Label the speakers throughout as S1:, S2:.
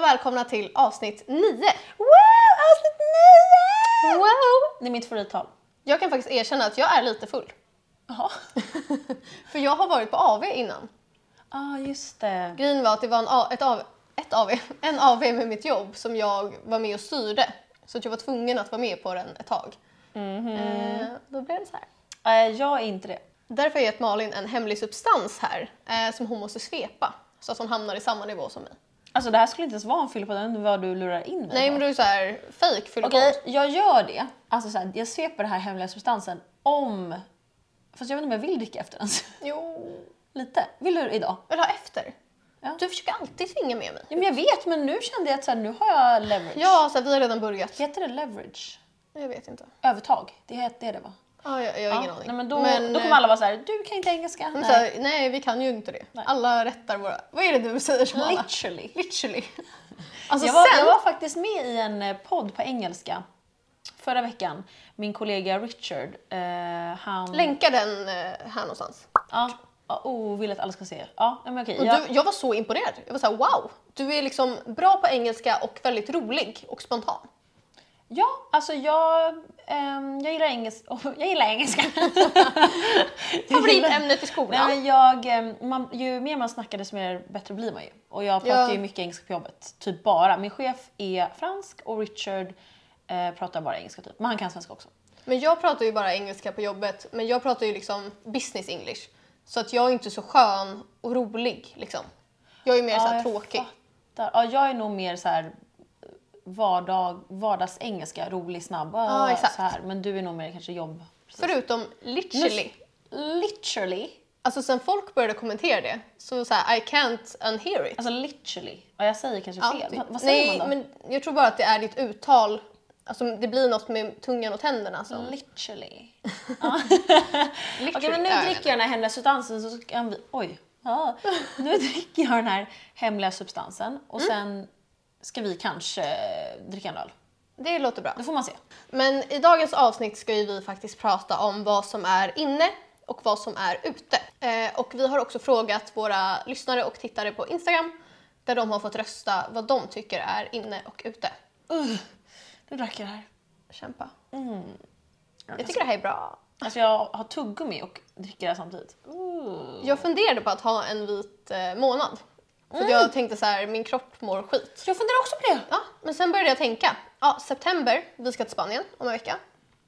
S1: välkomna till avsnitt 9.
S2: Wow, avsnitt nio!
S1: Wow!
S2: Det är mitt favorittal.
S1: Jag kan faktiskt erkänna att jag är lite full.
S2: Jaha.
S1: För jag har varit på AV innan.
S2: ah, just det.
S1: Grejen var att det var en, A- ett AV, ett AV, en AV med mitt jobb som jag var med och styrde. Så att jag var tvungen att vara med på den ett tag.
S2: Mhm.
S1: Eh, då blev det så här.
S2: Eh, jag är inte det.
S1: Därför har jag gett Malin en hemlig substans här eh, som hon måste svepa så att hon hamnar i samma nivå som mig.
S2: Alltså det här skulle inte ens vara en fylla på den vad du lurar in mig
S1: Nej
S2: på.
S1: men du är så här fake fyller
S2: Okej, jag gör det. Alltså så här, jag sveper den här hemliga substansen om... Fast jag vet inte om jag vill dricka efter ens.
S1: Jo.
S2: Lite. Vill du idag?
S1: Vill du ha efter?
S2: Ja.
S1: Du försöker alltid tvinga med mig.
S2: Ja, men jag vet, men nu kände jag att så här, nu har jag leverage.
S1: Ja, så här, vi har redan börjat.
S2: Heter det leverage?
S1: Jag vet inte.
S2: Övertag? Det heter det, det va?
S1: Ja, jag, jag har ingen aning.
S2: Nej, men då,
S1: Men,
S2: då kommer
S1: eh,
S2: alla vara så här, du kan inte engelska.
S1: men
S2: Nej.
S1: så här, nej, vi kan ju inte det.
S2: Nej.
S1: Alla rättar våra... Vad är det du säger som alla?
S2: Literally.
S1: Literally. Alltså
S2: jag, var,
S1: sen...
S2: jag var faktiskt med i en eh, podd på engelska förra veckan. Min kollega Richard, eh, han...
S1: Länka den eh, här någonstans.
S2: Ja, ja, oh, vill att alla ska se. Ja, men okej.
S1: Och
S2: jag,
S1: Du, jag var så imponerad. Jag var såhär wow! Du är liksom bra på engelska och väldigt rolig och spontan.
S2: Ja, alltså jag, ehm, jag gillar engelska. jag gillar engelska.
S1: Favoritämnet i skolan.
S2: Nej, men jag, ehm, man, ju mer man snackar desto mer bättre blir man ju. Och jag pratar
S1: Ja.
S2: ju mycket engelska på jobbet. Typ bara. Min chef är fransk och Richard eh, pratar bara engelska typ. Men han kan svenska också.
S1: Men jag pratar ju bara engelska på jobbet, men jag pratar ju liksom business english. Så att jag är inte så skön och rolig liksom. Jag är mer så såhär
S2: jag
S1: tråkig.
S2: fattar. Ja, jag är nog mer så här eh, vardag, vardagsengelska, rolig, snabb.
S1: Ja, exakt.
S2: Så här. Men du är nog mer kanske jobb...
S1: Förutom literally.
S2: Literally.
S1: Alltså sen folk började kommentera det, så såhär I can't unhear it.
S2: Alltså literally. Ja, jag säger kanske
S1: Ja,
S2: fel.
S1: det-
S2: Alltså, Vad, vad säger
S1: Nej,
S2: man då?
S1: men jag tror bara att det är ditt uttal. Alltså det blir något med tungan och tänderna som...
S2: Mm. Literally. Ja. Okej
S1: Literally.
S2: men nu
S1: Ja, jag
S2: dricker jag den här hemliga substansen så kan vi... Oj. Ja. Nu dricker jag den här hemliga substansen och
S1: Mm.
S2: sen ska vi kanske dricka en öl.
S1: Det låter bra.
S2: Då får man se.
S1: Men i dagens avsnitt ska ju vi faktiskt prata om vad som är inne och vad som är ute. Eh, och vi har också frågat våra lyssnare och tittare på Instagram där de har fått rösta vad de tycker är inne och ute.
S2: Uh, nu drack jag det här.
S1: Kämpa. Jag tycker det här är bra.
S2: Alltså jag har tuggummi och dricker det här samtidigt. Uh.
S1: Jag funderade på att ha en vit eh, månad. För att
S2: Mm.
S1: jag tänkte så här, min kropp mår skit.
S2: Jag funderar också på
S1: Ja, men sen började jag tänka. Ja, september, vi ska till Spanien om en vecka.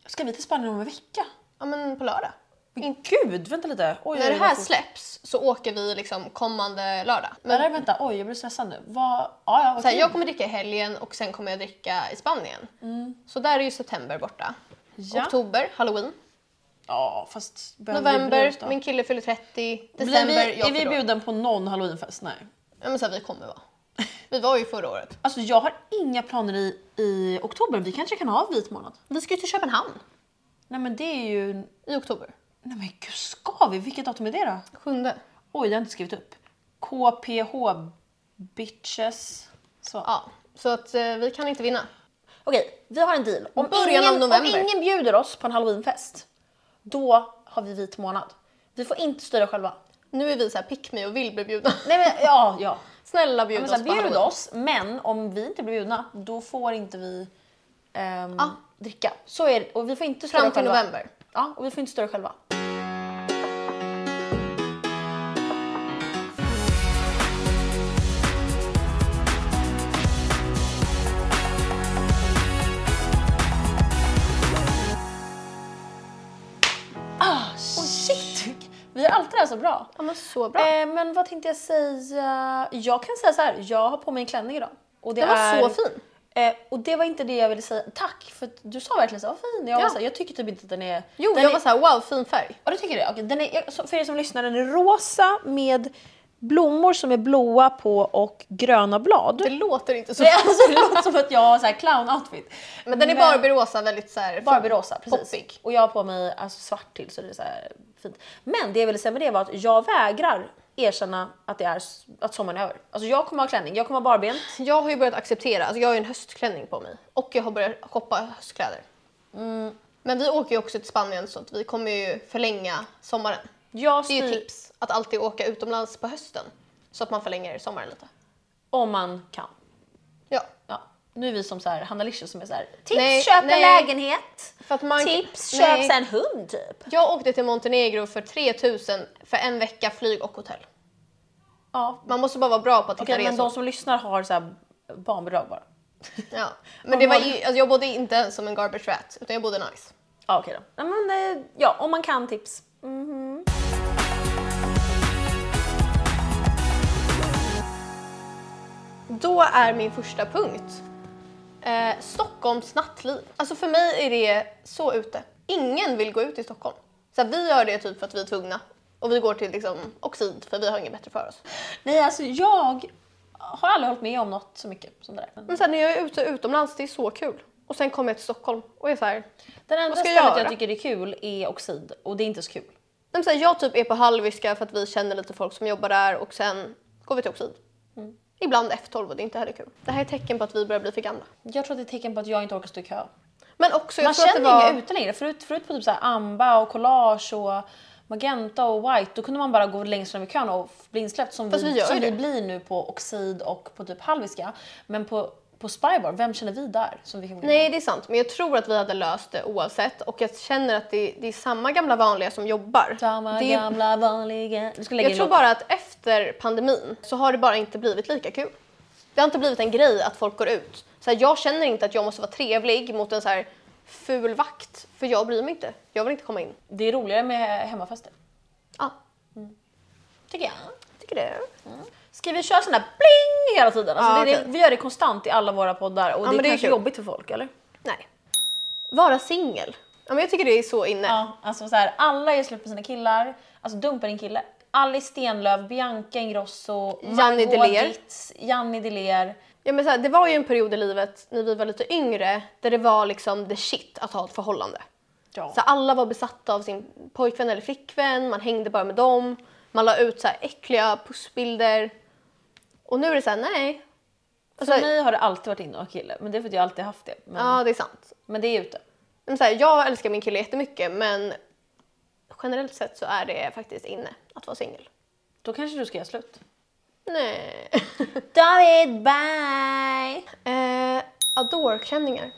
S2: det. Ska vi till Spanien om en vecka?
S1: Ja, men på lördag.
S2: Men gud, vänta lite. Oj,
S1: När
S2: oj,
S1: det
S2: oj,
S1: här
S2: vad fort.
S1: släpps så åker vi liksom kommande lördag. Men-
S2: Men... Nej, vänta, oj jag blir stressad nu. Vad... Ja, ja, vad
S1: Så här,
S2: kul.
S1: jag kommer dricka i helgen och sen kommer jag dricka i Spanien. Så där är ju september borta.
S2: Mm. ja.
S1: Oktober, halloween.
S2: ja, fast... behöver vi bry oss
S1: November,
S2: då?
S1: min kille fyller 30.
S2: Blir
S1: December,
S2: vi,
S1: jag
S2: är vi
S1: fyller år.
S2: bjuden på någon halloweenfest? Nej.
S1: Ja, men så här, vi kommer vara. Vi var ju förra året.
S2: Alltså jag har inga planer i, i oktober. Vi kanske kan ha vit månad.
S1: Vi ska ju till Köpenhamn
S2: Nej men det är ju...
S1: i oktober.
S2: Nej men gud, ska vi? Vilket datum är det då?
S1: Sjunde.
S2: Oj, det har jag inte skrivit upp. KPH bitches. Så.
S1: Ja, så att eh, vi kan inte vinna.
S2: Okej, vi har en deal. Om
S1: Början av
S2: ingen,
S1: november.
S2: Om ingen bjuder oss på en halloweenfest, då har vi vit månad. Vi får inte styra själva.
S1: Nu är vi så här pick me och vill bli bjudna.
S2: Nej men ja, ja.
S1: Snälla bjud
S2: Men så
S1: oss
S2: här,
S1: på
S2: bjud
S1: halloween.
S2: oss, men om vi inte blir bjudna, då får inte vi ehm,
S1: Ja.
S2: dricka. Så är det. Och vi får inte störa
S1: Fram till
S2: själva.
S1: november.
S2: Ja, och vi får inte störa själva. Ah, shit! Vi gör alltid det här så bra.
S1: Ja men så bra.
S2: Eh, men vad tänkte jag säga? Jag kan säga så här, jag har på mig en klänning idag. Och det
S1: Den var
S2: är,
S1: så fin.
S2: Eh, och det var inte det jag ville säga. Tack för att du sa verkligen så, vad fin. Jag,
S1: Ja.
S2: var så här, jag tycker typ inte att den är...
S1: Jo,
S2: den
S1: jag
S2: är,
S1: var så här wow, fin färg.
S2: Ja, du tycker det? Okej, den är, jag- så- för er som lyssnar, den är rosa med blommor som är blåa på och gröna blad.
S1: Det låter inte så.
S2: Det, är alltså, det låter som att jag har så här clown-outfit.
S1: Men den är Barbie-rosa, väldigt så här...
S2: Barbie-rosa, precis.
S1: Poppig.
S2: Och jag har på mig alltså, svart till så det är så här fint. Men det jag ville säga med det var att jag vägrar erkänna att, det är, s- att sommaren är över. Alltså jag kommer ha klänning, jag kommer ha barbent.
S1: Jag har ju börjat acceptera, alltså jag har ju en höstklänning på mig och jag har börjat shoppa höstkläder. Men vi åker ju också till Spanien så att vi kommer ju förlänga sommaren.
S2: Jag
S1: Det är ju
S2: styr
S1: tips, att alltid åka utomlands på hösten så att man förlänger sommaren lite.
S2: om man kan.
S1: Ja,
S2: Ja. Nu är vi som så här, Hanna Licious som är så här, tips
S1: Nej,
S2: köp
S1: nej.
S2: en lägenhet,
S1: för att man,
S2: tips
S1: Nej.
S2: köp en hund typ.
S1: Jag åkte till Montenegro för 3000 för en vecka flyg och hotell.
S2: Ja.
S1: Man måste bara vara bra på att hitta
S2: Okej men
S1: resor.
S2: de som lyssnar har så här barnbidrag bara.
S1: Ja. Men det var, ju- alltså jag bodde inte ens som en garbage rat, utan jag bodde nice.
S2: Ja okej då. Ja, men, eh, ja om man kan tips.
S1: Då är min första punkt eh, Stockholms nattliv. Alltså för mig är det så ute. Ingen vill gå ut i Stockholm. Så här, vi gör det typ för att vi är tvungna. Och vi går till liksom, Oxid för vi har inget bättre för oss.
S2: Nej alltså jag har aldrig hållit med om något så mycket som det där.
S1: Men sen när jag är ute utomlands, det är så kul. Och sen kommer jag till Stockholm och är så här,
S2: Den enda
S1: ska jag
S2: stället jag,
S1: göra?
S2: tycker det är kul är Oxid och det är inte så kul.
S1: Nej, men så här, jag typ är på Hallwylska för att vi känner lite folk som jobbar där och sen går vi till Oxid.
S2: Mm.
S1: Ibland F12 och det är inte heller kul. Det här är tecken på att vi börjar bli för gamla.
S2: Jag tror att det är ett tecken på att jag inte orkar stå i kö.
S1: Men också, jag
S2: Man
S1: tror att det
S2: känner
S1: var...
S2: inga ute längre. Förut, förut på typ så här Amba och Collage och Magenta och White då kunde man bara gå längst fram i kön och bli insläppt som,
S1: Fast
S2: vi,
S1: vi gör
S2: som
S1: ju
S2: vi
S1: det.
S2: blir nu på Oxid och på typ Halviska. Men på, på Spybar, vem känner vi där? Som vi kan gå in?
S1: Nej, det är sant. Men jag tror att vi hade löst det oavsett och jag känner att det, det är samma gamla vanliga som jobbar.
S2: Samma
S1: det är,
S2: gamla vanliga... Du ska lägga
S1: jag
S2: in
S1: tror
S2: låten.
S1: bara att efter pandemin så har det bara inte blivit lika kul. Det har inte blivit en grej att folk går ut. Så här, jag känner inte att jag måste vara trevlig mot en så här ful vakt, för jag bryr mig inte. Jag vill inte komma in.
S2: Det är roligare med hemmafester.
S1: Ja,
S2: Tycker jag.
S1: tycker det.
S2: Ska vi köra sån där bling hela tiden? Alltså
S1: Ja,
S2: det är,
S1: okej.
S2: Vi gör det konstant i alla våra poddar och det är
S1: men det är
S2: kanske
S1: kul.
S2: jobbigt för folk eller?
S1: Nej. Vara singel. Ja, men jag tycker det är så inne.
S2: Ja, alltså så här, alla är slut på sina killar, alltså dumpa din kille. Alice Stenlöf, Bianca Ingrosso,
S1: Janni
S2: Margot
S1: Deler.
S2: Dietz, Janni Deler.
S1: Ja, men så här, det var ju en period i livet när vi var lite yngre där det var liksom the shit att ha ett förhållande.
S2: Ja.
S1: Så alla var besatta av sin pojkvän eller flickvän, man hängde bara med dem, man la ut så här äckliga pussbilder. Och nu är det så här, nej. Alltså,
S2: För mig har det alltid varit inne att ha kille, men det är för att jag alltid haft det. Men,
S1: Ja, det är sant.
S2: men det är ute.
S1: Men så här, jag älskar min kille jättemycket men generellt sett så är det faktiskt inne att vara singel.
S2: Då kanske du ska göra slut.
S1: Nej.
S2: David, bye!
S1: eh, Adore-klänningar.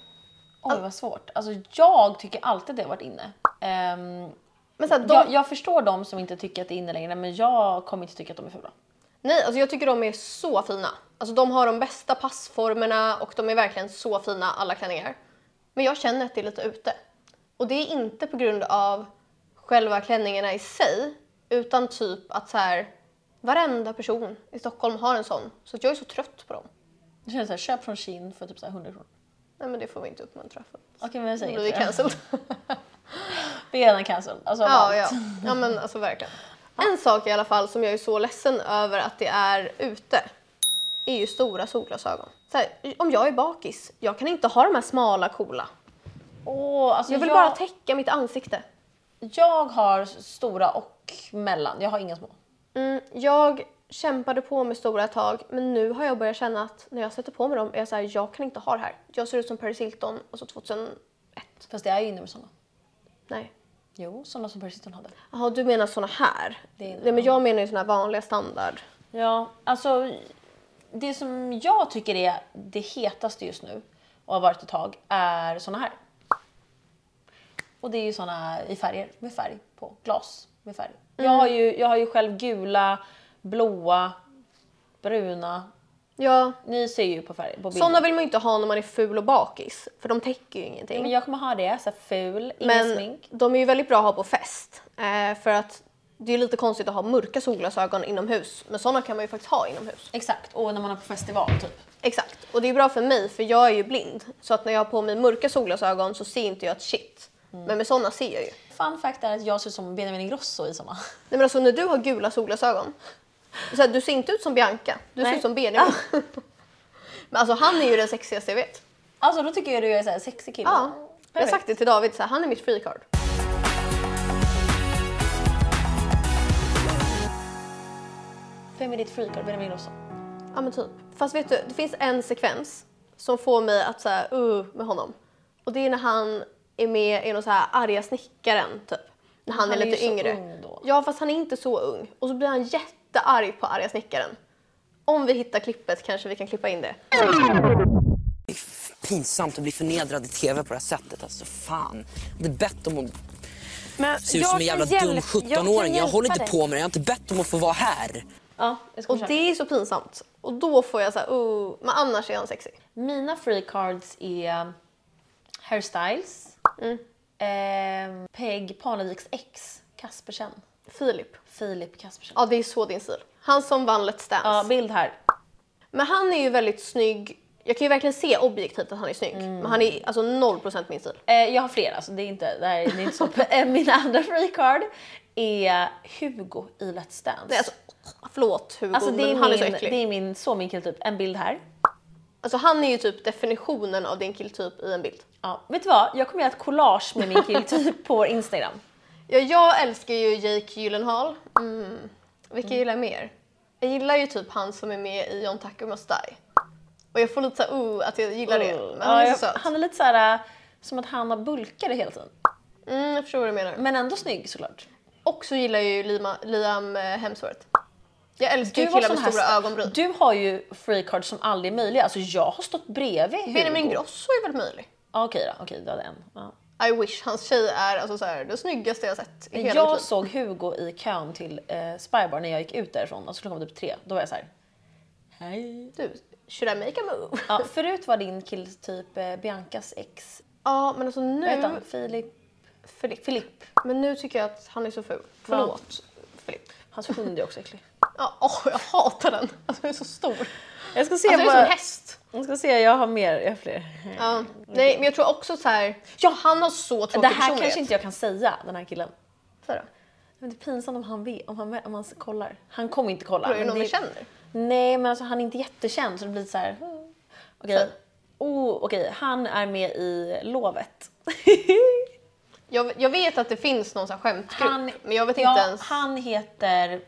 S2: Oj vad svårt. Alltså jag tycker alltid det har varit inne. Ehm,
S1: Men så här, de,
S2: jag, jag förstår de som inte tycker att det är inne längre, men jag kommer inte tycka att de är fula.
S1: Nej, alltså jag tycker de är så fina. Alltså de har de bästa passformerna och de är verkligen så fina alla klänningar. Men jag känner att det är lite ute. Och det är inte på grund av själva klänningarna i sig utan typ att så här varenda person i Stockholm har en sån. Så att jag är så trött på dem.
S2: Jag känner såhär, köp från Shein för typ så här 100 kronor.
S1: Nej men det får vi inte uppmuntra för
S2: Okej men
S1: då
S2: jag säger
S1: blir vi
S2: inte det.
S1: cancelled.
S2: Vi är redan cancelled. Alltså,
S1: Ja,
S2: ja,
S1: ja. ja men alltså verkligen. En sak i alla fall som jag är så ledsen över att det är ute är ju stora solglasögon. Så här, om jag är bakis, jag kan inte ha de här smala coola.
S2: Åh, alltså
S1: Jag vill
S2: jag-
S1: bara täcka mitt ansikte.
S2: Jag har stora och mellan, jag har inga små.
S1: Mm, jag kämpade på med stora ett tag men nu har jag börjat känna att när jag sätter på mig dem är jag så här, jag kan inte ha det här. Jag ser ut som Paris Hilton och så 2001.
S2: Fast det är ju inne med sådana.
S1: Nej.
S2: Jo, sådana som Paris Hilton hade.
S1: Jaha, du menar såna här?
S2: Det är-
S1: Nej men jag menar ju såna här vanliga standard.
S2: Ja, alltså det som jag tycker är det hetaste just nu och har varit ett tag är såna här. Och det är ju såna i färger, med färg på, glas med färg.
S1: Mm.
S2: Jag, har ju, jag har ju själv gula, blåa, bruna.
S1: Ja,
S2: Ni ser ju på färg på bilden.
S1: såna vill man ju inte ha när man är ful och bakis för de täcker ju ingenting.
S2: Men jag kommer ha det, så här ful, ingen
S1: Men
S2: smink.
S1: de är ju väldigt bra att ha på fest. Eh, för att det är ju lite konstigt att ha mörka solglasögon inomhus. Men sådana kan man ju faktiskt ha inomhus.
S2: Exakt, och när man är på festival typ.
S1: Exakt. Och det är ju bra för mig för jag är ju blind. Så att när jag har på mig mörka solglasögon så ser inte jag ett shit.
S2: Mm.
S1: Men med sådana ser jag ju.
S2: Fun fact är att jag ser ut som Benjamin Ingrosso i såna.
S1: Nej men alltså när du har gula solglasögon. Så här, du ser inte ut som Bianca. Du
S2: Nej. Ah.
S1: ser ut som Benjamin. men alltså han är ju den sexigaste jag vet.
S2: Alltså då tycker jag du är såhär sexig kille.
S1: Ja. Jag har
S2: Perfekt.
S1: sagt det till David, så här, han är mitt free card.
S2: Vem är ditt freecard? Benjamin Ingrosso?
S1: Ja men typ. Fast vet du, det finns en sekvens som får mig att säga uh med honom. Och det är när han är med i någon så här arga snickaren typ. När han,
S2: han
S1: är
S2: är
S1: lite
S2: ju så
S1: yngre.
S2: ung då.
S1: Ja fast han är inte så ung. Och så blir han jättearg på arga snickaren. Om vi hittar klippet kanske vi kan klippa in det.
S3: Det är f- pinsamt att bli förnedrad i tv på det här sättet. Alltså fan. Jag har inte bett om att
S4: Men
S3: se ut som en jävla dum 17-åring. Jag, håller inte på med det. Jag har inte bett om att få vara här.
S2: Ja, jag ska
S1: Och
S2: försöka.
S1: det är så pinsamt. Och då får jag så här, oh, men annars är han sexy.
S2: Mina free cards är um, Hairstyles,
S1: Mm.
S2: eh, Peg Parneviks ex, Kaspersen.
S1: Filip.
S2: Filip Kaspersen.
S1: Ja, det är så din stil. Han som vann Let's Dance.
S2: Ja, bild här.
S1: Men han är ju väldigt snygg. Jag kan ju verkligen se objektivt att han är snygg.
S2: Mm.
S1: Men han är alltså 0% min stil.
S2: Eh, jag har flera, så det är inte, det här är inte så. Eh, Min andra free card är Hugo i Let's Dance.
S1: Nej, alltså, förlåt Hugo,
S2: Alltså, det, är
S1: men han
S2: min,
S1: är så äcklig.
S2: det är min, så min killtyp. En bild här.
S1: Alltså, han är ju typ definitionen av din killtyp i en bild.
S2: Ja, vet du vad? Jag kommer göra ett collage med min killtyp på Instagram.
S1: Ja, jag älskar ju Jake Gyllenhaal. Mm. Vilka gillar jag mer? Jag gillar ju typ han som är med i John Tucker Must Die. Och jag får lite såhär oh, att jag gillar det. Men han är
S2: Mm. ja,
S1: så söt.
S2: jag, han är lite såhär, eh, som att han har bulkade hela tiden.
S1: Mm, jag förstår vad du menar.
S2: Men ändå snygg såklart.
S1: Och så gillar jag ju Lima, Liam eh, Hemsworth. Jag älskar ju
S2: har
S1: killar med
S2: sån här
S1: stora
S2: sta-
S1: ögonbryn.
S2: Du har ju free cards som aldrig är möjliga. Alltså jag har stått bredvid Hugo.
S1: Benjamin Grosso är väl möjlig?
S2: Ja, okej då, okej du hade en. Ja.
S1: I wish. Hans tjej är alltså så här, det snyggaste jag sett i hela mitt
S2: Jag
S1: liv.
S2: såg Hugo i kön till eh, Spybar när jag gick ut därifrån. Alltså klockan var typ tre. Då var jag så här. Hej.
S1: Du, should I make a move? Ja,
S2: Ja, förut var din killtyp eh, Biancas ex.
S1: men alltså
S2: Vad heter
S1: nu...
S2: han? Filip?
S1: Filip.
S2: Filipp.
S1: Men nu tycker jag att han är så ful. Förlåt, Filip.
S2: Hans hund är också äcklig.
S1: Ja, åh, jag hatar den. Alltså den är så stor. Alltså
S2: Jag ska se
S1: den är som en häst.
S2: Jag ska se, jag har mer, jag har fler.
S1: Ja. Nej, men jag tror också så här... Mm. Ja, han har så
S2: Det
S1: tråkig
S2: här kanske
S1: personlighet.
S2: inte jag kan säga, den här killen.
S1: Så här då.
S2: Men det är pinsamt om han, vet, om han, om han kollar. Han kommer inte kolla.
S1: Tror du det är
S2: men
S1: någon
S2: det-
S1: vi känner?
S2: Nej, men alltså han är inte jättekänd så det blir så här. hmm. Okej.
S1: Så.
S2: Oh, okej, han är med i Lovet.
S1: Jag, jag vet att det finns någon sån här skämtgrupp,
S2: Han,
S1: men jag vet
S2: ja,
S1: inte ens...
S2: Han heter...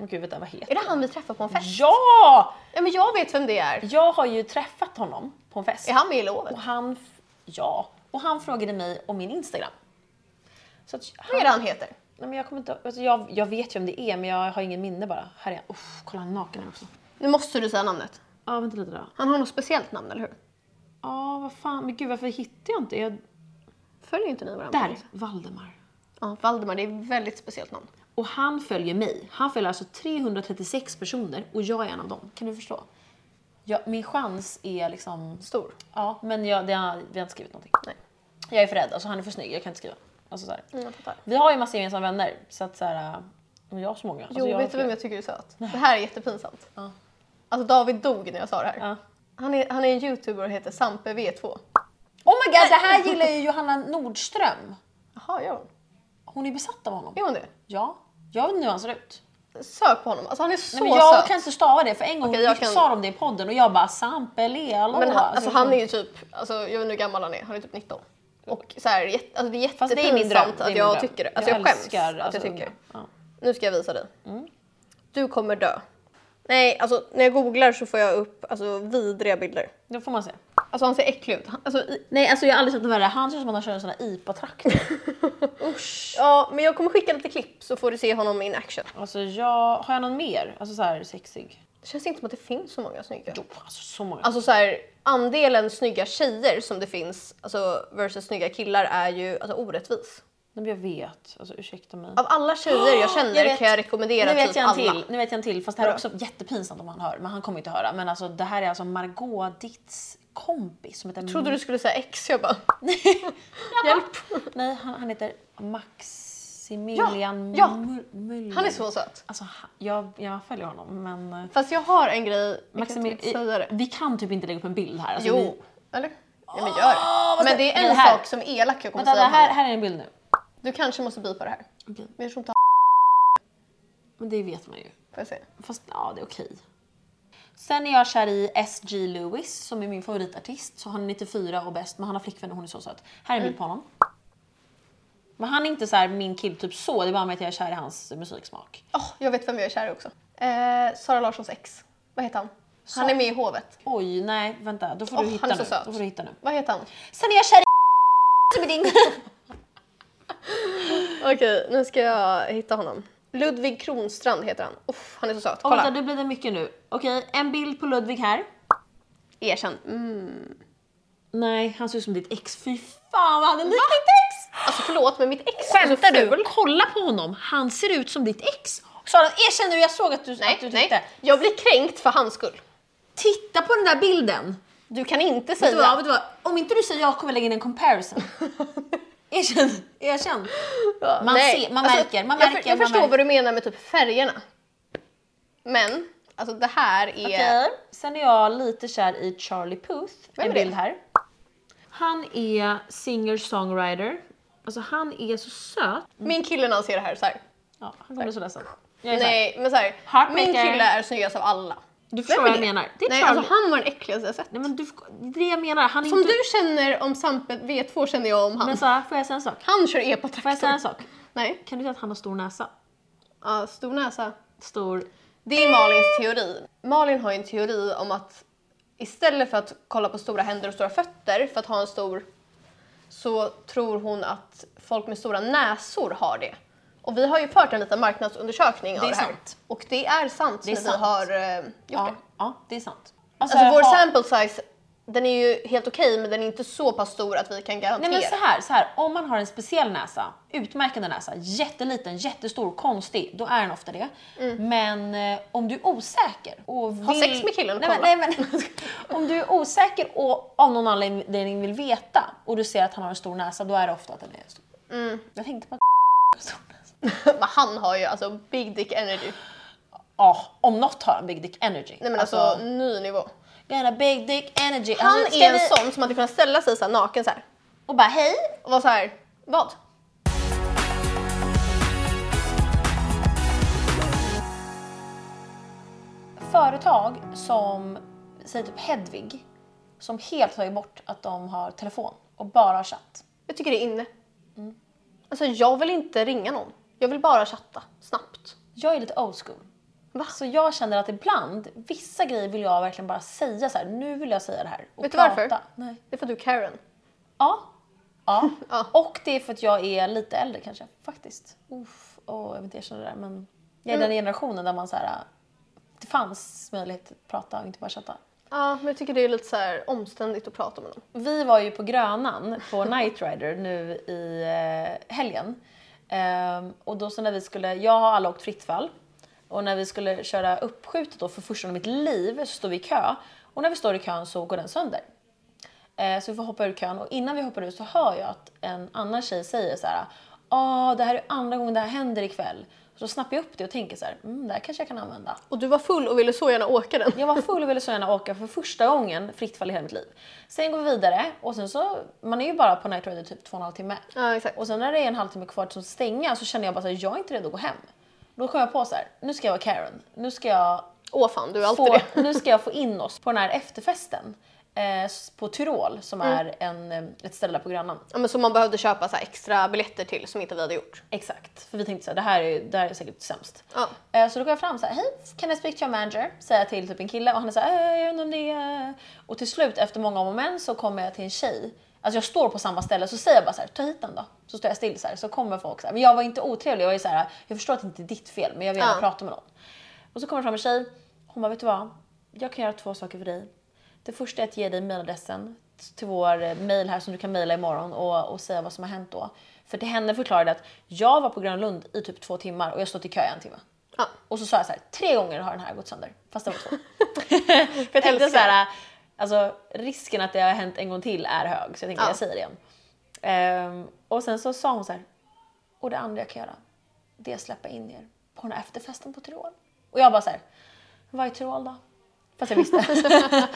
S2: Åh gud, vänta, vad
S1: Är
S2: heter
S1: det han vi träffar på en fest?
S2: Ja!
S1: Ja, men jag vet vem det är.
S2: Jag har ju träffat honom på en fest.
S1: Är han med i Lovet?
S2: Och han... f- Ja. Och han frågade mig om min Instagram. Så att
S1: Vad är det han heter?
S2: Nej, men jag, kommer inte, alltså jag, jag vet ju om det är, men jag har ingen minne bara. Här är han. Uff, kolla, han är naken här också.
S1: Nu måste du säga namnet.
S2: Ja, vänta lite då.
S1: Han har något speciellt namn, eller hur?
S2: Ja, vad fan. Men gud, varför hittar jag inte? Jag...
S1: Följer inte ni varandra?
S2: Där! Valdemar.
S1: Ja, Valdemar, det är ett väldigt speciellt namn.
S2: Och han följer mig. Han följer alltså 336 personer och jag är en av dem. Kan du förstå? Ja, min chans är liksom...
S1: Stor.
S2: Ja, men jag, det har, vi har inte skrivit någonting.
S1: Nej.
S2: Jag är för rädd. Alltså, han är för snygg. Jag kan inte skriva. Alltså, så här.
S1: Mm, jag fattar.
S2: Vi har ju massa gemensamma vänner, så att så här... äh, Och jag har så många. Alltså,
S1: Jo,
S2: jag har
S1: vet du
S2: fler.
S1: vem jag tycker är söt? Det här är jättepinsamt.
S2: Ja.
S1: Alltså David dog när jag sa det här.
S2: Ja.
S1: Han, är, han är en youtuber och heter Sampe V2.
S2: Oh my god, det här gillar ju Johanna Nordström.
S1: Jaha, gör hon?
S2: Hon är besatt av honom.
S1: Är hon det?
S2: Ja. Jag vet inte hur han ser ut.
S1: Sök på honom. Alltså han är så
S2: Nej, men jag
S1: söt.
S2: kan inte stava det för en gång
S1: Okej, jag kan-
S2: sa de det i podden och jag bara Sampele, hallå.
S1: Men han, alltså,
S2: Alltså,
S1: han är ju typ, alltså, jag vet inte hur gammal han är, han är typ 19. Och så här, jätte- alltså, det är
S2: Mm. Fast det är min dröm.
S1: jättepinsamt
S2: det är
S1: att
S2: min
S1: jag
S2: dröm.
S1: tycker det. Alltså, jag, skäms
S2: älskar,
S1: att jag
S2: alltså, Mm.
S1: tycker det.
S2: unga. Ja.
S1: Nu ska jag visa dig. Du kommer dö. Nej, alltså när jag googlar så får jag upp alltså, vidriga bilder.
S2: Då får man se.
S1: Alltså han ser äcklig ut. Han- Alltså, i,
S2: Nej alltså jag har aldrig sett något värre. Han ser ut som att han kör en sån här IPA-traktor.
S1: ja, men jag kommer skicka lite klipp så får du se honom in action.
S2: alltså jag, har jag någon mer? Alltså så här sexig?
S1: Det känns inte som att det finns så många snygga.
S2: Jo, alltså så många.
S1: Alltså så här, andelen snygga tjejer som det finns alltså, versus snygga killar är ju alltså, orättvis.
S2: Nej, men jag vet, alltså ursäkta mig.
S1: Av alla tjejer jag känner
S2: Jag vet.
S1: kan jag rekommendera
S2: Nu vet
S1: typ
S2: jag en
S1: alla.
S2: till, nu vet jag en till, fast det här är
S1: Vadå?
S2: också jättepinsamt om han hör, men han kommer inte höra. Men alltså det här är alltså Margot Ditts kompis som heter...
S1: Jag trodde du skulle säga ex, jag bara... Hjälp!
S2: Nej, han, han heter Maximilian
S1: Ja, ja.
S2: Mü- Müller.
S1: Han är så söt.
S2: Alltså, ha- jag, jag följer honom, men... eh,
S1: Fast jag har en grej,
S2: Maximil-
S1: jag kan inte säga det.
S2: Vi kan typ inte lägga upp en bild här. Alltså,
S1: Jo,
S2: Vi,
S1: eller? Ja, men gör det. Men det är
S2: Men
S1: en
S2: Ah, det här-
S1: sak som är elak jag kommer
S2: vänta, det
S1: säga. om
S2: här,
S1: honom.
S2: här är en bild nu.
S1: Du kanske måste bipa det här. Men jag tror inte
S2: Men det vet man ju.
S1: han... Får jag se?
S2: Fast ja, det är okej. Sen är jag kär i S.G. Lewis som är min favoritartist. Så han är 94 och bäst, men han har flickvän och hon är så söt. Här är en bild
S1: Mm.
S2: på honom. Men han är inte så här min kill typ så, det är bara med att jag är kär i hans musiksmak.
S1: Åh, jag vet vem jag är kär i också. Eh, Sara Larssons ex. Vad heter han? Han är med i Hovet.
S2: Oj, nej, vänta. Då får
S1: Åh,
S2: du hitta
S1: han är
S2: nu.
S1: så söt.
S2: Då får du hitta nu.
S1: Vad heter han?
S2: Sen är jag kär i som är din...
S1: Okej, nu ska jag hitta honom. Ludvig Kronstrand heter han. Uff, han är så söt.
S2: Och vänta,
S1: Kolla.
S2: nu blir det mycket nu. Okej, en bild på Ludvig här.
S1: Erkänn. Mm.
S2: Nej, han ser ut som ditt ex. Fy fan vad han är lik ditt ex!
S1: Alltså förlåt men mitt ex alltså, är så
S2: Skämtar du?
S1: ful.
S2: Kolla på honom, han ser ut som ditt ex. Sara, erkänn nu, jag såg att du,
S1: Nej,
S2: att du tyckte.
S1: nej. Jag blir kränkt för hans skull.
S2: Titta på den där bilden.
S1: Du kan inte
S2: Vet du vad,
S1: säga...
S2: vet du vad? Om inte du säger jag kommer lägga in en comparison. erkänn, erkänn. Man
S1: Nej.
S2: ser- man
S1: Alltså,
S2: märker, man
S1: jag,
S2: märker,
S1: Jag
S2: man
S1: förstår
S2: märker.
S1: vad du menar med typ färgerna. Men, alltså det här är...
S2: Okej, sen är jag lite kär i Charlie Puth.
S1: Vem
S2: en
S1: är det?
S2: bild här. Han är singer-songwriter. Alltså han är så söt.
S1: Min kille när han ser det här så här.
S2: Ja, han kommer bli så ledsen. Jag är så här,
S1: Nej men så här,
S2: Heartbreaker.
S1: min kille är snyggast av alla.
S2: du förstår
S1: Vem
S2: vad
S1: är
S2: jag
S1: det?
S2: menar. Det är
S1: Nej
S2: Charlie.
S1: alltså han var den äckligaste jag sett.
S2: Nej men du, det är det jag menar. Han är
S1: Som
S2: inte...
S1: du känner om Sampe V2 känner jag om han.
S2: Men Sara, får jag säga en sak?
S1: Han kör
S2: Får jag säga en
S1: epatraktor.
S2: sak?
S1: Nej,
S2: Kan du säga att han har stor näsa?
S1: ja, stor näsa.
S2: Stor...
S1: Det är Malins teori. Malin har ju en teori om att istället för att kolla på stora händer och stora fötter för att ha en stor så tror hon att folk med stora näsor har det. Och vi har ju fört en liten marknadsundersökning av
S2: Det är
S1: det här.
S2: sant.
S1: Och det är sant
S2: Det är
S1: när
S2: sant.
S1: vi har eh, gjort det.
S2: Ja, ja, det är sant.
S1: Alltså vår
S2: ha-
S1: sample size, den är ju helt okej men den är inte så pass stor att vi kan garantera.
S2: Nej men så här, så här, om man har en speciell näsa, utmärkande näsa, jätteliten, jättestor, konstig, då är den ofta det. Men eh, om du är osäker och vill...
S1: Mm. sex med killen och
S2: nej, men, nej,
S1: kolla.
S2: men, Om du är osäker och av någon anledning vill veta och du ser att han har en stor näsa, då är det ofta att den är stor.
S1: Mm.
S2: Jag tänkte på att har en stor näsa.
S1: Men han har ju alltså big dick energy.
S2: Ja, om något har han big dick energy.
S1: Nej men alltså, ny nivå.
S2: Gonna big dick energy.
S1: Han
S2: Alltså, ska
S1: är en
S2: vi-
S1: sån som hade kunnat ställa sig så här naken så här
S2: Och bara hej!
S1: och vara så här, vad?
S2: Företag som, säg typ Hedvig, som helt tagit bort att de har telefon och bara har chatt.
S1: Jag tycker det är inne. Alltså jag vill inte ringa någon. Jag vill bara chatta snabbt.
S2: Jag är lite old school.
S1: Va?
S2: Så jag känner att ibland, vissa grejer vill jag verkligen bara säga så här. nu vill jag säga det här. Och
S1: Vet du varför?
S2: prata. Nej.
S1: Det är för att du är Karen.
S2: Ja. Ja.
S1: Ja.
S2: Och det är för att jag är lite äldre kanske, faktiskt. Uff, åh, jag vill inte erkänna det där men jag är den generationen där man så här, äh, det fanns möjlighet att prata och inte bara chatta.
S1: Ja, men jag tycker det är lite så här omständigt att prata med någon.
S2: Vi var ju på Grönan på Night Rider nu i eh, helgen. Ehm, och då så när vi skulle, jag har alla åkt fritt fall. Och när vi skulle köra uppskjutet då för första gången i mitt liv så stod vi i kö. Och när vi står i kön så går den sönder. Eh, så vi får hoppa ur kön och innan vi hoppar ur så hör jag att en annan tjej säger så här. Åh, det här är andra gången det här händer ikväll. Så snappar jag upp det och tänker så här, mm, det här kanske jag kan använda.
S1: Och du var full och ville så gärna åka den.
S2: Jag var full och ville så gärna åka för första gången fritt fall i hela mitt liv. Sen går vi vidare och sen så, man är ju bara på Night Rider typ två och en halv timme.
S1: Ja, exakt.
S2: Och sen när det är en halvtimme kvar till att stänga så känner jag bara att jag är inte redo att gå hem. Då kom jag på så här, nu ska jag vara Karen. Nu ska jag
S1: Åh fan, du är alltid
S2: få,
S1: det.
S2: nu ska jag få in oss på den här efterfesten eh, s- på Tyrol som
S1: Mm.
S2: är en, eh, ett ställe där på Grönan.
S1: Ja, men som man behövde köpa så här extra biljetter till som inte vi hade gjort.
S2: Exakt, för vi tänkte så här, det här är, det här är säkert sämst.
S1: Ja.
S2: Eh, Så då går jag fram så här, hej, can I speak to your manager? Säger jag till typ en kille och han är så här, "Eh, jag undrar om det är... Och till slut efter många om och men så kommer jag till en tjej. Alltså jag står på samma ställe så säger jag bara så här, ta hit den då. Så står jag still så här, så kommer folk så här. Men jag var inte otrevlig, jag var ju så här, jag förstår att det inte är ditt fel men jag vill gärna
S1: Ja.
S2: prata med någon. Och så kommer det fram en tjej, hon bara, vet du vad? Jag kan göra två saker för dig. Det första är att ge dig mailadressen till vår eh, mail här som du kan mejla imorgon och, och säga vad som har hänt då. För till henne förklarade jag att jag var på Grönlund i typ två timmar och jag stod i kö i en timme.
S1: Ja.
S2: Och så sa jag så här, tre gånger har den här gått sönder. Fast det var två. För jag tänkte så här, alltså risken att det har hänt en gång till är hög så jag tänkte
S1: Ja.
S2: jag säger det igen. Ehm, och sen så sa hon så här, och det andra jag kan göra, det är att släppa in er på den här efterfesten på Tyrol. Och jag bara så här, vad är Tyrol då? Fast jag visste.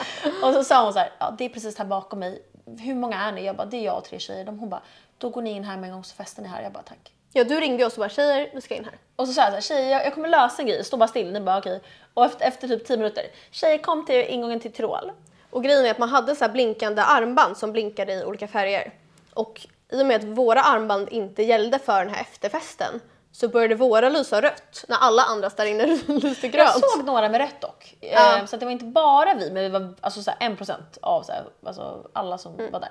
S2: och så sa hon så här, ja, det är precis här bakom mig. Hur många är ni? Jag bara, det är jag och tre tjejer. De- Hon bara, då går ni in här med en gång så festen är här. Jag bara, tack.
S1: Ja, du ringde oss och bara “tjejer, vi ska in här”.
S2: Och så sa jag såhär, tjejer jag, jag kommer lösa en grej, stå bara still. Ni bara okej. Och efter, efter typ 10 minuter, tjejer kom till ingången till Tyrol.
S1: Och grejen är att man hade så här blinkande armband som blinkade i olika färger. Och i och med att våra armband inte gällde för den här efterfesten så började våra lysa rött när alla andra där inne lyste grönt.
S2: Jag såg några med rött dock.
S1: Ja.
S2: Ehm, Så att det var inte bara vi, men vi var alltså såhär 1% av såhär, alltså alla som var där.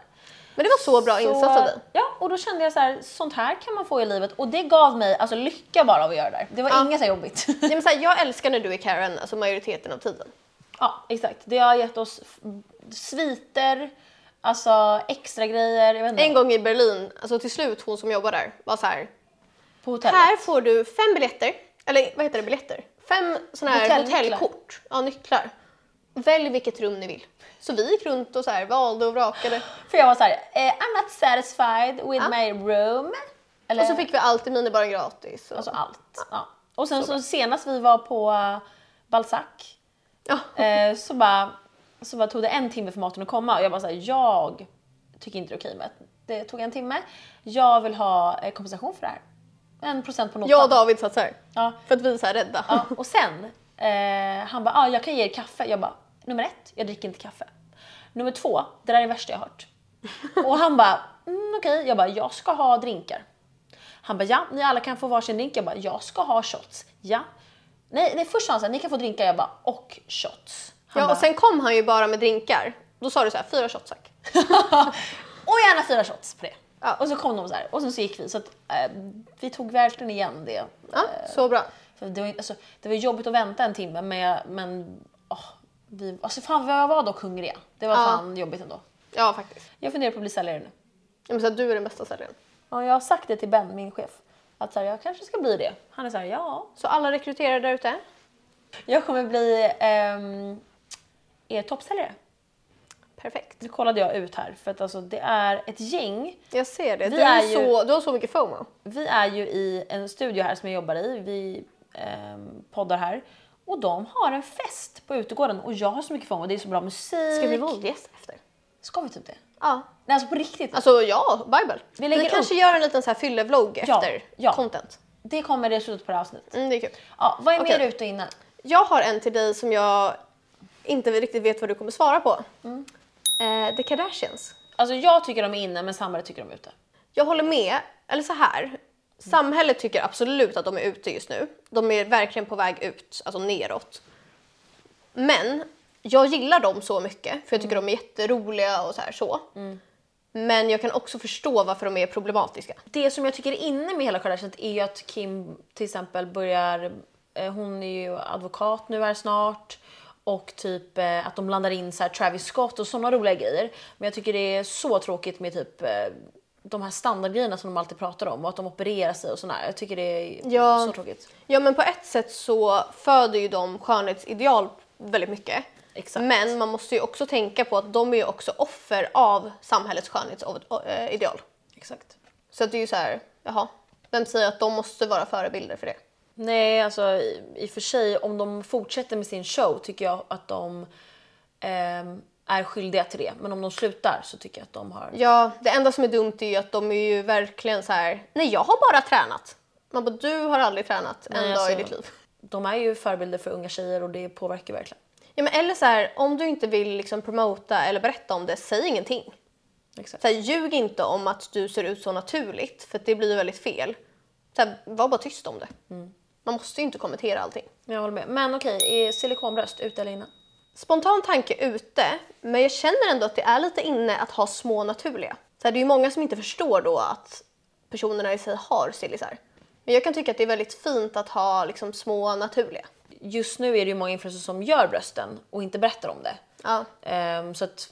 S1: Men det var Mm. så bra insats av dig.
S2: Ja, och då kände jag så här, sånt här kan man få i livet. Och det gav mig alltså, lycka bara av att göra det där. Det var
S1: Ja.
S2: inget så här jobbigt.
S1: Nej, men så här, jag älskar när du är Karen, alltså majoriteten av tiden.
S2: ja, exakt. Det har gett oss f- sviter, alltså extra grejer. Jag vet inte,
S1: En gång i Berlin, alltså till slut hon som jobbar där var så här.
S2: på hotellet.
S1: Här får du fem biljetter, eller vad heter det biljetter? Fem sådana här
S2: Hotellnycklar.
S1: hotellkort, ja nycklar. Välj vilket rum ni vill. Så vi gick runt och så här valde och vrakade.
S2: För jag var så här, eh, I'm not satisfied with
S1: Ja.
S2: my room. Eller,
S1: Och så fick vi allt i minibaren gratis. Och,
S2: alltså allt. Ja. Och sen så, senast vi var på eh, Balzac
S1: ja.
S2: eh, så, bara, så bara tog det en timme för maten att komma och jag bara så här, jag tycker inte det är okej med att det tog en timme. Jag vill ha eh, kompensation för det här. En procent på notan.
S1: Jag och David satt så här.
S2: Ja.
S1: För att vi är så här rädda.
S2: Ja, och sen, eh, han bara, ah, jag kan ge er kaffe. Jag bara, nummer ett, jag dricker inte kaffe. Nummer två, det där är det värsta jag har hört. Och han bara, mm, okej. Jag bara, jag ska ha drinkar. Han bara, ja, ni alla kan få varsin drink. Jag bara, jag ska ha shots. Ja. Nej, nej först sa han så här, ni kan få drinkar. Jag bara, och shots. Han
S1: Ja,
S2: bara,
S1: och sen kom han ju bara med drinkar. Då sa du så här, fyra shots tack.
S2: och gärna fyra shots på det.
S1: Ja.
S2: Och så kom de så här, och sen så gick vi. Så att, eh, vi tog verkligen igen det.
S1: Ja, Eh, så bra.
S2: För det, var, alltså, det var jobbigt att vänta en timme men, jag- men åh, vi, alltså fan vad jag var dock hungriga. Det var
S1: Ja.
S2: fan jobbigt ändå.
S1: Ja, faktiskt.
S2: Jag funderar på att bli säljare nu.
S1: Ja, men så här, du är den bästa säljaren.
S2: Ja, jag har sagt det till Ben, min chef. Att så här, jag kanske ska bli det. Han är så här, ja.
S1: Så alla rekryterare där ute,
S2: Jag kommer bli ehm, er toppsäljare.
S1: perfekt.
S2: Nu kollade jag ut här för att alltså, det är ett gäng.
S1: Jag ser det.
S2: Vi
S1: Du, är
S2: är ju-
S1: så, du har så mycket FOMO.
S2: Vi är ju i en studio här som jag jobbar i. Vi ehm, poddar här. Och de har en fest på utegården och jag har så mycket fång och det är så bra musik.
S1: Ska vi våldgästa Mm, efter?
S2: Ska vi typ det?
S1: Ja.
S2: Nej, alltså på riktigt.
S1: Alltså ja, Bible. Vi,
S2: Vi lägger
S1: kanske gör en liten så här fyllevlogg
S2: Ja,
S1: efter
S2: ja.
S1: content.
S2: Det kommer i slutet på det här avsnittet.
S1: Mm, det är kul.
S2: Ja, vad är
S1: Okej.
S2: mer ute och inne?
S1: Jag har en till dig som jag inte riktigt vet vad du kommer svara på. Eh, The Kardashians.
S2: Alltså jag tycker de är inne men samhället tycker de är ute.
S1: Jag håller med, eller så här. Samhället tycker absolut att de är ute just nu. De är verkligen på väg ut, alltså neråt. Men jag gillar dem så mycket för jag tycker de är jätteroliga och så här så. Men jag kan också förstå varför de är problematiska.
S2: Det som jag tycker är inne med hela Kardashian är ju att Kim till exempel börjar, eh, hon är ju advokat nu här snart och typ eh, att de blandar in så här Travis Scott och sådana roliga grejer. Men jag tycker det är så tråkigt med typ eh, de här standardgrejerna som de alltid pratar om och att de opererar sig och sådär. Jag tycker det är
S1: Ja.
S2: så tråkigt.
S1: Ja men på ett sätt så föder ju de skönhetsideal väldigt mycket.
S2: Exakt.
S1: Men man måste ju också tänka på att de är ju också offer av samhällets skönhetsideal.
S2: Exakt.
S1: Så att det är ju så här, jaha, vem säger att de måste vara förebilder för det?
S2: Nej, alltså i, i och för sig om de fortsätter med sin show tycker jag att de ehm, är skyldiga till det. Men om de slutar så tycker jag att de har...
S1: Ja, det enda som är dumt är ju att de är ju verkligen så här, nej jag har bara tränat. Man bara, du har aldrig tränat en
S2: Nej,
S1: dag i
S2: alltså-
S1: ditt liv.
S2: De är ju förebilder för unga tjejer och det påverkar verkligen.
S1: Ja, men eller så här, om du inte vill liksom promota eller berätta om det, säg ingenting.
S2: Exakt.
S1: Så här, ljug inte om att du ser ut så naturligt, för att det blir ju väldigt fel. Så här, var bara tyst om det. Man måste ju inte kommentera allting.
S2: Men Jag håller med. Men okej, är silikonbröst ute eller inne?
S1: Spontan tanke ute, men jag känner ändå att det är lite inne att ha små naturliga. Så här, det är ju många som inte förstår då att personerna i sig har sillisar. Men jag kan tycka att det är väldigt fint att ha liksom, små naturliga.
S2: Just nu är det ju många influencers som gör brösten och inte berättar om det.
S1: Ja.
S2: Ehm, så att,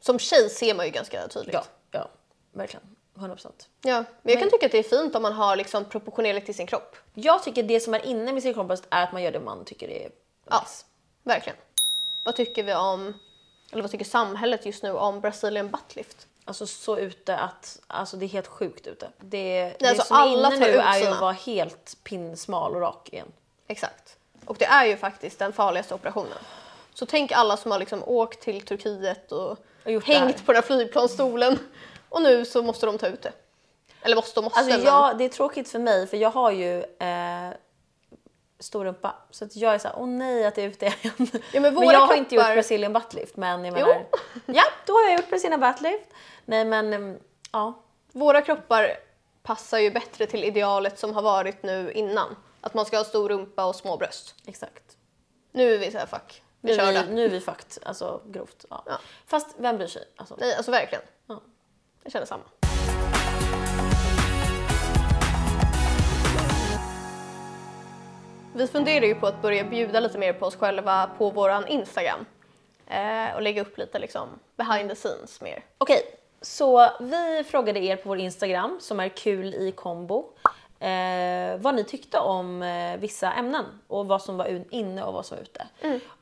S1: Som tjej ser man ju ganska tydligt.
S2: ja, ja, verkligen. 100%.
S1: Ja, men jag kan tycka att det är fint om man har liksom, proportionerligt till sin kropp.
S2: Jag tycker det som är inne med silikonbröst är att man gör det man tycker är
S1: Ja,
S2: nice.
S1: verkligen. Vad tycker vi om, eller vad tycker samhället just nu om Brazilian buttlift?
S2: Alltså så ute att alltså det är helt sjukt ute. Det, det
S1: alltså,
S2: som
S1: alla
S2: är inne
S1: tar
S2: nu
S1: ut
S2: är ju
S1: sina.
S2: att vara helt pinsmal och rak igen.
S1: Exakt. Och det är ju faktiskt den farligaste operationen. Så tänk alla som har liksom åkt till Turkiet och,
S2: Och gjort det
S1: hängt
S2: här.
S1: på den här flygplansstolen och nu så måste de ta ut det. Eller måste och måste.
S2: Alltså
S1: men-
S2: jag, det är tråkigt för mig för jag har ju eh, stor rumpa. Så att jag är såhär, åh nej att det är ute igen.
S1: men
S2: men
S1: våra
S2: jag har inte gjort
S1: kroppar-
S2: Brazilian buttlift men jag
S1: Jo.
S2: menar, ja då har jag gjort Brazilian buttlift. Nej men mm, ja.
S1: Våra kroppar passar ju bättre till idealet som har varit nu innan. Att man ska ha stor rumpa och små bröst.
S2: Exakt.
S1: Nu är vi så här fuck,
S2: Nu
S1: vi kör
S2: är
S1: det.
S2: vi, nu är vi fucked, alltså grovt. Ja.
S1: Ja.
S2: Fast vem bryr sig? Alltså,
S1: Nej, alltså verkligen.
S2: Ja.
S1: Jag känner samma. Vi funderar ju på att börja bjuda lite mer på oss själva på våran Instagram eh, och lägga upp lite liksom behind the scenes mer.
S2: Okej, så vi frågade er på vår Instagram, som är kul i kombo, eh, vad ni tyckte om eh, vissa ämnen och vad som var un- inne och vad som var ute.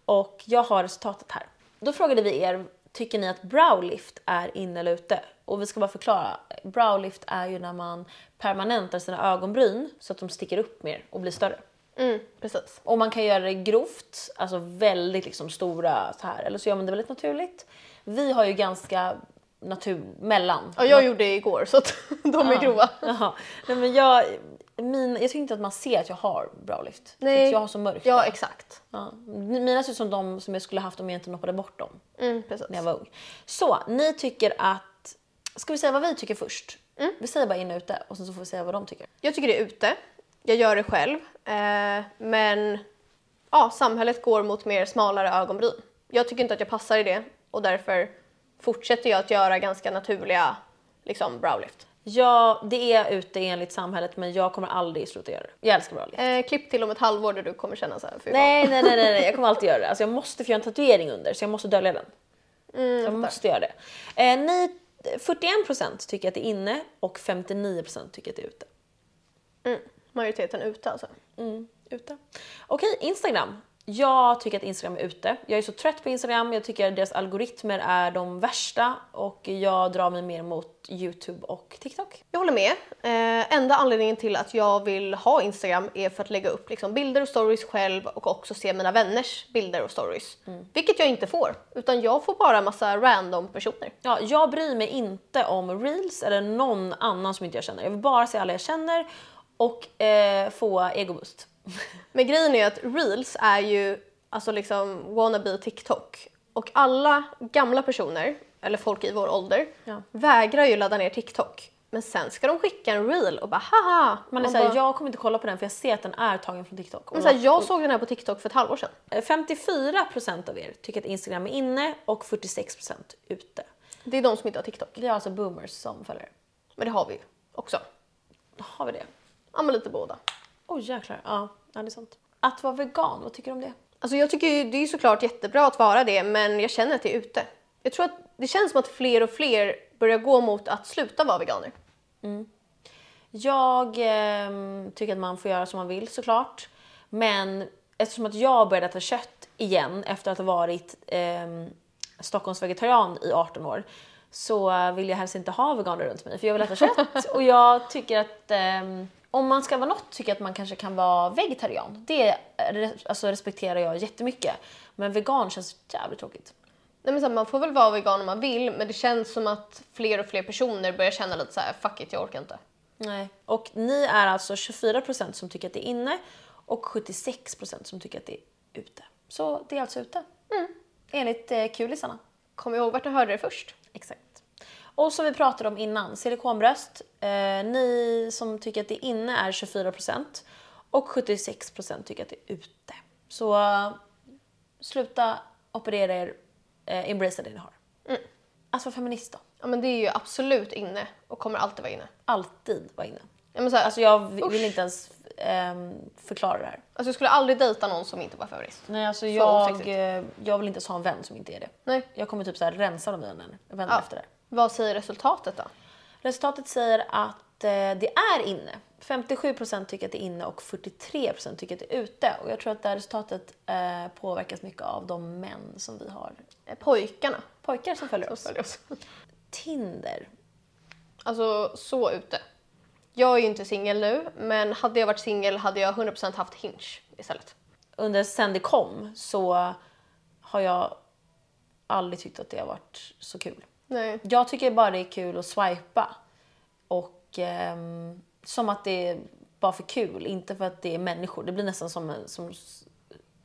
S2: Och jag har resultatet här. Då frågade vi er, tycker ni att browlift är inne eller ute? Och vi ska bara förklara. Browlift är ju när man permanentar sina ögonbryn så att de sticker upp mer och blir större.
S1: Mm, precis.
S2: Och man kan göra det grovt, alltså väldigt liksom stora så här, eller så gör man det väldigt naturligt. Vi har ju ganska natur mellan.
S1: Ja, jag gjorde det igår så att de är grova.
S2: Jaha. Nej, men jag, min, jag tycker inte att man ser att jag har browlift. För
S1: Nej.
S2: att jag har så mörkt.
S1: Ja, exakt.
S2: Ja. Mina ser ut som de som jag skulle haft om jag inte knoppade bort dem
S1: Mm, precis.
S2: när jag var ung. Så, ni tycker att... Ska vi säga vad vi tycker först?
S1: Mm.
S2: Vi säger bara in och ute och sen så får vi säga vad de tycker.
S1: Jag tycker det är ute. Jag gör det själv. Eh, men ja, samhället går mot mer smalare ögonbryn. Jag tycker inte att jag passar i det och därför fortsätter jag att göra ganska naturliga liksom, browlift.
S2: Ja, det är ute enligt samhället men jag kommer aldrig sluta göra det. Jag älskar browlift.
S1: Eh, klipp till om ett halvår där du kommer känna så här. Fy fan.
S2: Nej, nej, nej, nej, nej, jag kommer alltid göra det. Alltså, jag måste få göra en tatuering under så jag måste dölja den. Mm, jag måste göra det. Eh, ni, 41% tycker att det är inne och 59% tycker att det är ute.
S1: Mm. Majoriteten ute alltså.
S2: ute. Okej, Instagram. Jag tycker att Instagram är ute. Jag är så trött på Instagram. Jag tycker att deras algoritmer är de värsta och jag drar mig mer mot Youtube och TikTok.
S1: Jag håller med. Eh, enda anledningen till att jag vill ha Instagram är för att lägga upp liksom, bilder och stories själv och också se mina vänners bilder och stories. Vilket jag inte får, utan jag får bara massa random personer.
S2: Ja, jag bryr mig inte om reels eller någon annan som inte jag känner. Jag vill bara se alla jag känner och eh, få egoboost.
S1: Men grejen är att reels är ju alltså liksom wannabe TikTok och alla gamla personer, eller folk i vår ålder,
S2: Ja.
S1: vägrar ju ladda ner TikTok. Men sen ska de skicka en reel och bara haha!
S2: Man är
S1: Man
S2: såhär,
S1: bara,
S2: jag kommer inte kolla på den för jag ser att den är tagen från TikTok.
S1: men så här, jag såg den här på TikTok för ett halvår sedan.
S2: Eh, 54% av er tycker att Instagram är inne och 46% ute.
S1: Det är de som inte har TikTok.
S2: Vi har alltså boomers som följare.
S1: Men det har vi ju också.
S2: Har vi det?
S1: Ja men lite båda.
S2: Oj jäklar, ja, ja det är sant. Att vara vegan, vad tycker du om det?
S1: Alltså jag tycker ju, det är ju såklart jättebra att vara det men jag känner att det är ute. Jag tror att det känns som att fler och fler börjar gå mot att sluta vara veganer.
S2: Jag ehm, tycker att man får göra som man vill såklart. Men eftersom att jag började äta kött igen efter att ha varit ehm, Stockholmsvegetarian i 18 år så vill jag helst inte ha veganer runt mig för jag vill äta kött och jag tycker att ehm, om man ska vara något tycker jag att man kanske kan vara vegetarian. Det eh, re- alltså, respekterar jag jättemycket. Men vegan känns jävligt tråkigt.
S1: Nej, men så här, man får väl vara vegan om man vill men det känns som att fler och fler personer börjar känna lite så här: fuck it jag orkar inte.
S2: Nej. Och ni är alltså 24% som tycker att det är inne och 76% som tycker att det är ute. Så det är alltså ute. Enligt eh, kulisarna.
S1: Kom ihåg vart du hörde det först.
S2: Exakt. Och som vi pratade om innan, silikonbröst. Eh, ni som tycker att det är inne är 24% och 76% tycker att det är ute. Så eh, sluta operera er, eh, embracea det ni har. Att vara feminist då?
S1: Ja, men det är ju absolut inne och kommer alltid vara inne.
S2: Alltid vara inne.
S1: Ja, men så här, alltså,
S2: Alltså jag vi-
S1: Usch.
S2: vill inte ens ehm, förklara det här.
S1: alltså, jag skulle aldrig dejta någon som inte var feminist.
S2: Nej, alltså
S1: osexigt.
S2: jag, eh, jag vill inte ens ha en vän som inte är det.
S1: Nej.
S2: Jag kommer typ så här rensa de vänner, vänner
S1: Ja.
S2: efter det.
S1: Vad säger resultatet då?
S2: Resultatet säger att eh, det är inne. 57% tycker att det är inne och 43% tycker att det är ute. Och jag tror att det här resultatet eh, påverkas mycket av de män som vi har.
S1: Eh, Pojkarna
S2: Pojkar som följer
S1: som
S2: oss.
S1: följer oss.
S2: Tinder.
S1: Alltså så ute. Jag är ju inte singel nu men hade jag varit singel hade jag 100% haft Hinge istället.
S2: Under sen det kom så har jag aldrig tyckt att det har varit så kul.
S1: Nej.
S2: Jag tycker bara det är kul att swipa. Och ehm, som att det är bara för kul, inte för att det är människor. Det blir nästan som, en, som s-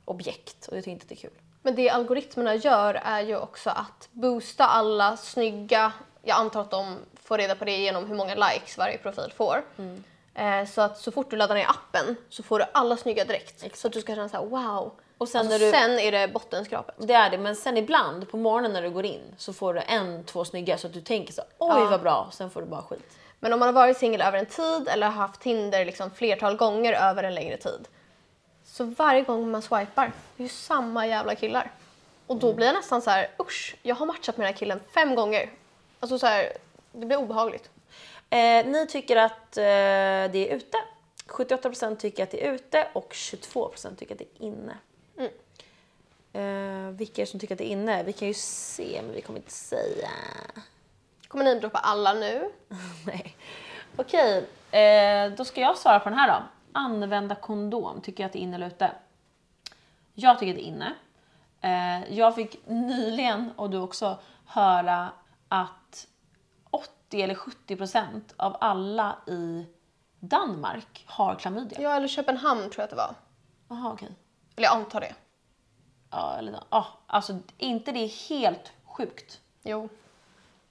S2: objekt och jag tycker inte att det är kul.
S1: Men det algoritmerna gör är ju också att boosta alla snygga, jag antar att de får reda på det genom hur många likes varje profil får.
S2: Mm.
S1: Eh, Så att så fort du laddar ner appen så får du alla snygga direkt. Så att du ska känna så här: wow,
S2: Och sen när
S1: Alltså,
S2: du,
S1: Sen är det bottenskrapet.
S2: det är det, men sen ibland på morgonen när du går in så får du en, två snygga så att du tänker så oj
S1: Ja.
S2: vad bra, sen får du bara skit.
S1: Men om man har varit singel över en tid eller har haft Tinder liksom flertal gånger över en längre tid. Så varje gång man swipar, det är ju samma jävla killar. Och då blir jag nästan så här, usch, jag har matchat med den här killen fem gånger. Alltså så här, det blir obehagligt.
S2: Eh, ni tycker att eh, det är ute. 78% tycker att det är ute och 22% tycker att det är inne. Eh, vilka är det som tycker att det är inne? Vi kan ju se, men vi kommer inte säga.
S1: Kommer ni droppa alla nu?
S2: Nej. Okej, eh, då ska jag svara på den här då. Använda kondom, tycker jag att det är inne eller ute? Jag tycker att det är inne. Eh, jag fick nyligen, och du också, höra att 80 eller 70 procent av alla i Danmark har klamydia.
S1: Ja, eller Köpenhamn tror jag att det var.
S2: Jaha, okej.
S1: Eller jag antar det.
S2: Ja, eller ja, alltså inte det är helt sjukt.
S1: Jo.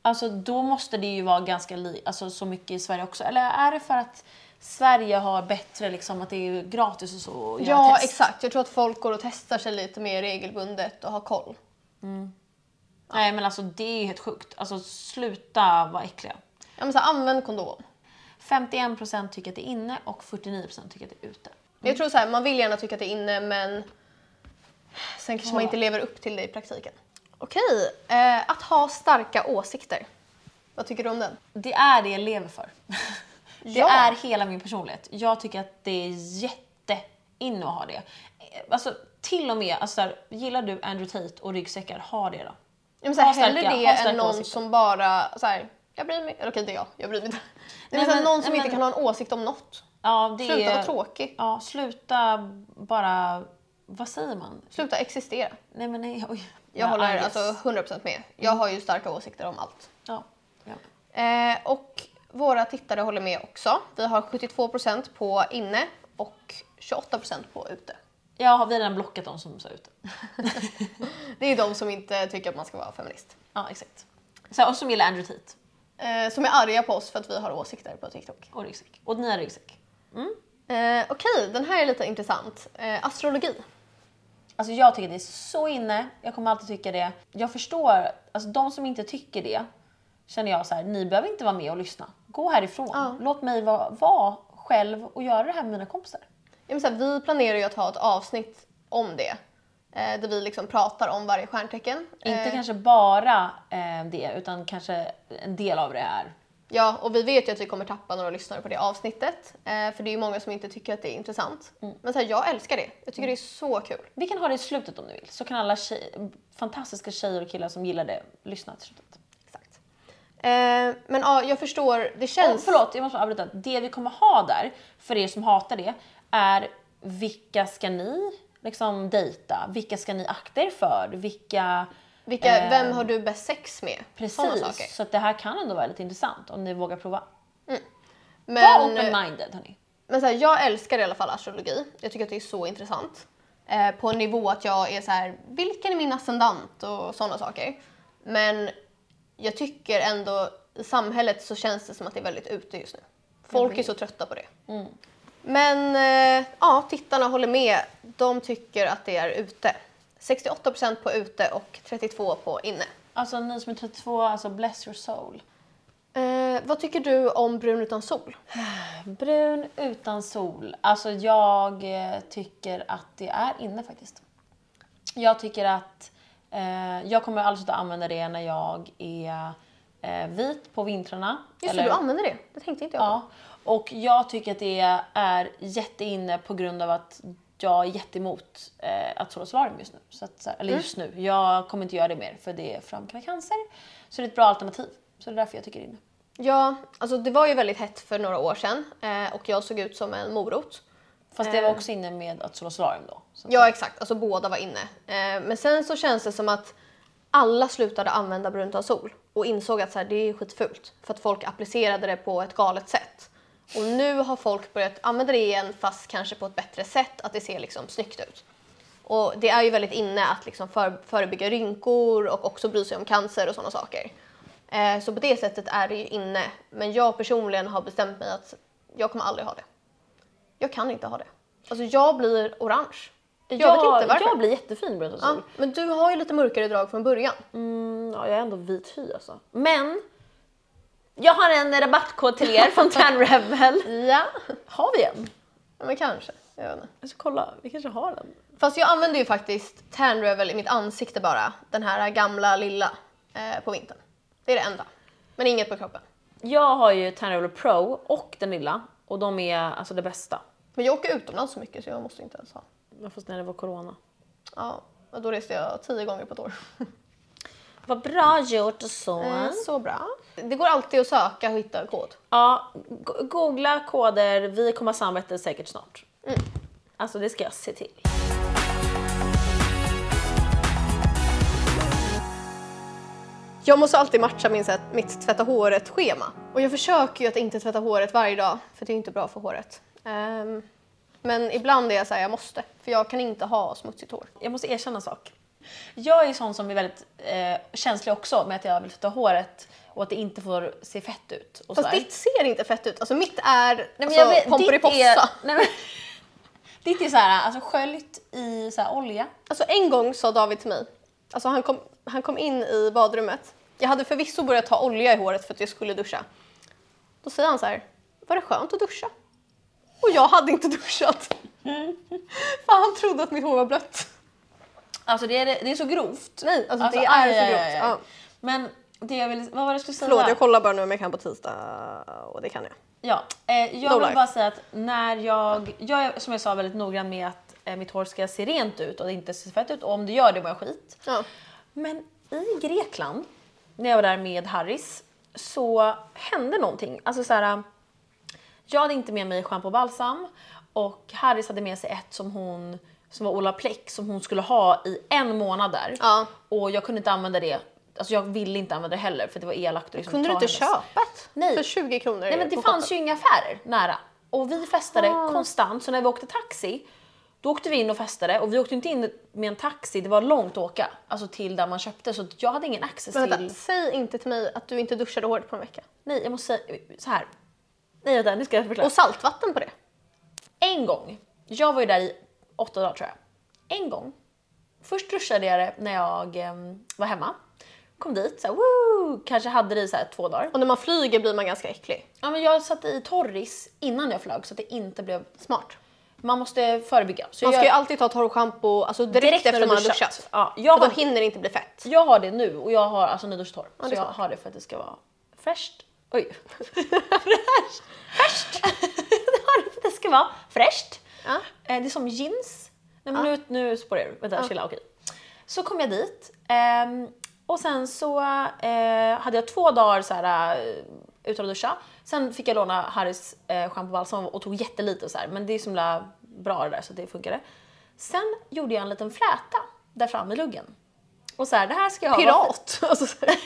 S2: Alltså då måste det ju vara ganska li- alltså, så mycket i Sverige också. Eller är det för att Sverige har bättre, liksom att det är gratis och så? att göra
S1: Ja,
S2: test?
S1: exakt. Jag tror att folk går och testar sig lite mer regelbundet och har koll.
S2: Nej men alltså det är ju helt sjukt. Alltså sluta vara äckliga.
S1: Ja, men så här, använd kondom.
S2: 51% tycker att det är inne och 49% tycker att det är ute.
S1: Men Jag tror så här, man vill gärna tycka att det är inne men sen kanske man inte lever upp till det i praktiken. Okej, eh, att ha starka åsikter. Vad tycker du om den?
S2: Det är det jag lever för. Det
S1: Ja.
S2: är hela min personlighet. Jag tycker att det är jätteinne att ha det. Alltså till och med, alltså, så här, gillar du Andrew Tate och ryggsäckar, ha det då.
S1: Ja, men så här,
S2: Ha starka-
S1: hellre det
S2: ha starka
S1: än någon
S2: åsikter.
S1: som bara så här, jag bryr mig. Eller Okej, det är jag. Jag bryr mig inte. Det är
S2: Nej,
S1: så här,
S2: men-
S1: någon som
S2: nej,
S1: inte
S2: men-
S1: kan ha en åsikt om något.
S2: Ja, det
S1: Sluta
S2: är...
S1: vara tråkig.
S2: Ja, sluta bara... Vad säger man?
S1: Sluta existera.
S2: Nej men nej, oj.
S1: Jag
S2: Ja,
S1: håller
S2: arg,
S1: alltså
S2: yes.
S1: 100% med. Jag har ju starka åsikter om allt.
S2: Ja, ja.
S1: Eh, och våra tittare håller med också. Vi har 72% på inne och 28% på ute.
S2: Jag har vi har redan blockat de som sa ut det.
S1: Det är de som inte tycker att man ska vara feminist.
S2: Ja, exakt. Så, och som gillar Andrew Tate
S1: Eh, som är arga på oss för att vi har åsikter på TikTok.
S2: och ryggsäck. Och nya ryggsäck.
S1: Eh, Okej, den här är lite intressant. Eh, astrologi.
S2: Alltså jag tycker det är så inne. Jag kommer alltid tycka det. Jag förstår, alltså de som inte tycker det känner jag så här, ni behöver inte vara med och lyssna. Gå härifrån.
S1: Ja.
S2: Låt mig vara, vara själv och göra det här med mina kompisar.
S1: Ja, men så här, vi planerar ju att ha ett avsnitt om det. Eh, där vi liksom pratar om varje stjärntecken.
S2: Inte
S1: Eh,
S2: kanske bara eh, det, utan kanske en del av det är
S1: Ja, och vi vet ju att vi kommer tappa några lyssnare på det avsnittet. Eh, för det är ju många som inte tycker att det är intressant.
S2: Mm.
S1: Men så här, jag älskar det. Jag tycker det är så kul.
S2: Vi kan ha det i slutet om du vill, så kan alla tjej, fantastiska tjejer och killar som gillar det lyssna till slutet.
S1: Exakt. Eh, men ja, jag förstår. Det
S2: Och
S1: känns...
S2: förlåt, jag måste bara avbryta. Det vi kommer ha där, för er som hatar det, är vilka ska ni liksom dejta? Vilka ska ni akta er för? Vilka...
S1: Vilka,
S2: eh,
S1: Vem har du bäst sex med? Såna saker.
S2: Precis, så att det här kan ändå vara lite intressant om ni vågar prova. Var
S1: Men,
S2: open-minded hörni.
S1: men så här, jag älskar i alla fall astrologi. Jag tycker att det är så intressant. Eh, på en nivå att jag är så här, vilken är min ascendant och sådana saker. Men jag tycker ändå i samhället så känns det som att det är väldigt ute just nu. Folk är så trötta på det. Men eh, ja, tittarna håller med. De tycker att det är ute. 68% på ute och 32% på inne.
S2: Alltså ni som är 32, alltså bless your soul.
S1: Eh, vad tycker du om brun utan sol?
S2: Brun utan sol. Alltså jag eh, tycker att det är inne faktiskt. Jag tycker att eh, jag kommer alltså att använda det när jag är eh, vit på vintrarna.
S1: Just det,
S2: Eller-
S1: du använder det. Det tänkte inte jag på.
S2: Ja. Och jag tycker att det är jätteinne på grund av att jag är jätteemot eh, att sola solarium just nu. Så att, så här,
S1: Mm.
S2: eller just nu, jag kommer inte göra det mer för det framkallar cancer. Så det är ett bra alternativ. Så det är därför jag tycker det är inne.
S1: Ja, alltså det var ju väldigt hett för några år sedan eh, och jag såg ut som en morot.
S2: Fast
S1: Eh.
S2: det var också inne med att sola solarium då. Så att-
S1: Ja exakt, alltså båda var inne. Eh, men sen så känns det som att alla slutade använda brunt av sol och insåg att så här, det är skitfult för att folk applicerade det på ett galet sätt. Och nu har folk börjat använda det igen fast kanske på ett bättre sätt, att det ser liksom snyggt ut. Och det är ju väldigt inne att liksom för, förebygga rynkor och också bry sig om cancer och sådana saker. Eh, så på det sättet är det ju inne. Men jag personligen har bestämt mig att jag kommer aldrig ha det. Jag kan inte ha det. Alltså jag blir orange.
S2: Jag,
S1: vet inte varför.
S2: Jag blir jättefin brun och
S1: Ja,
S2: sol.
S1: men du har ju lite mörkare drag från början.
S2: Mm, ja, jag är ändå vit hy alltså. Men jag har en rabattkod till er från Tan Rebel.
S1: Ja,
S2: Har vi en?
S1: ja men kanske. Jag vet inte.
S2: Jag ska kolla, vi kanske har den.
S1: Fast jag använder ju faktiskt Tan Revel i mitt ansikte bara. Den här gamla lilla eh, på vintern. Det är det enda. Men inget på kroppen.
S2: Jag har ju Tan Rebel Pro och den lilla och de är alltså det bästa.
S1: Men jag åker utomlands så mycket så jag måste inte ens ha.
S2: Men Fast när det var corona.
S1: Ja, och då reste jag tio gånger på ett år.
S2: Vad bra gjort och så.
S1: Eh, Så bra. Det går alltid att söka och hitta kod.
S2: Ja, go- googla koder. Vi kommer ha samarbete säkert snart. Alltså det ska jag se till.
S1: Jag måste alltid matcha min, så här- mitt tvätta håret-schema. Och jag försöker ju att inte tvätta håret varje dag, för det är inte bra för håret. Ehm, men ibland är jag såhär, jag måste. För jag kan inte ha smutsigt hår.
S2: Jag måste erkänna en sak. Jag är sån som är väldigt eh, känslig också med att jag vill tvätta håret och att det inte får se fett ut. Och
S1: Fast
S2: sådär.
S1: ditt ser inte fett ut. Alltså mitt är nej,
S2: Nej, men
S1: alltså,
S2: jag vet-
S1: Pomperipossa.
S2: ditt är- nej, men- Ditt är såhär, alltså sköljt i så här olja.
S1: Alltså en gång sa David till mig, alltså han kom, han kom in i badrummet. Jag hade förvisso börjat ta olja i håret för att jag skulle duscha. Då säger han så här, var det skönt att duscha? Och jag hade inte duschat. För han trodde att mitt hår var blött.
S2: Alltså det är, det är så grovt.
S1: Nej, alltså,
S2: Alltså,
S1: det
S2: aj,
S1: är så
S2: aj,
S1: grovt.
S2: aj, aj.
S1: Ja.
S2: Men det jag vill, vad var det jag skulle säga?
S1: Förlåt, jag kollar bara nu om jag kan på tisdag och det kan jag.
S2: Ja, eh, jag
S1: No
S2: vill
S1: life.
S2: bara säga att när jag, jag är som jag sa väldigt noggrann med att eh, mitt hår ska se rent ut och det inte se fett ut och om det gör det mår jag skit.
S1: Ja.
S2: Men i Grekland, när jag var där med Harris, så hände någonting. Alltså så här, jag hade inte med mig schampo och balsam och Harris hade med sig ett som hon som var Olaplex som hon skulle ha i en månad där.
S1: Ja.
S2: Och jag kunde inte använda det. Alltså jag ville inte använda det heller för det var elakt. att Liksom
S1: Kunde du
S2: ta
S1: inte
S2: hennes.
S1: köpa ett?
S2: Nej.
S1: För 20 kronor?
S2: Nej men det fanns ju inga affärer nära. Och vi festade
S1: Ah.
S2: konstant, så när vi åkte taxi då åkte vi in och festade och vi åkte inte in med en taxi, det var långt att åka. Alltså till där man köpte så att jag hade ingen access
S1: Men
S2: till...
S1: vänta, säg inte till mig att du inte duschade håret på en vecka.
S2: Nej jag måste säga så här. Nej vänta nu ska jag förklara.
S1: Och saltvatten på det.
S2: En gång, jag var ju där i åtta dagar tror jag. En gång. Först duschade jag det när jag em, var hemma. Kom dit, så här, woo! kanske hade det i så här, två dagar.
S1: Och när man flyger blir man ganska äcklig.
S2: Ja, men jag satte i Torris innan jag flög så att det inte blev...
S1: Smart.
S2: Man måste förebygga. Så
S1: Man
S2: jag,
S1: ska ju alltid ta torrschampo alltså direkt,
S2: Direkt
S1: efter
S2: när
S1: man
S2: du
S1: har
S2: duschat.
S1: duschat.
S2: Ja, jag
S1: för
S2: har-
S1: då hinner det inte bli fett.
S2: Jag har det nu och jag har alltså nyduschat torr.
S1: det
S2: så
S1: är
S2: jag
S1: smart.
S2: har det för att det ska vara fräscht. Oj. fräscht! jag har det för att det ska vara fräscht.
S1: Ja.
S2: Eh, Det är som jeans. Nej, men nu, nu spårar jag ur. Vänta, chilla. Okej. Så kom jag dit ehm, och sen så eh, hade jag två dagar så här, eh, utan att duscha. Sen fick jag låna Harrys eh, schampo och balsam och tog jättelite så här, men det är så himla bra det där så det funkade. Sen gjorde jag en liten fläta där framme i luggen. Och så här, det här ska jag ha.
S1: Pirat! Alltså, så här.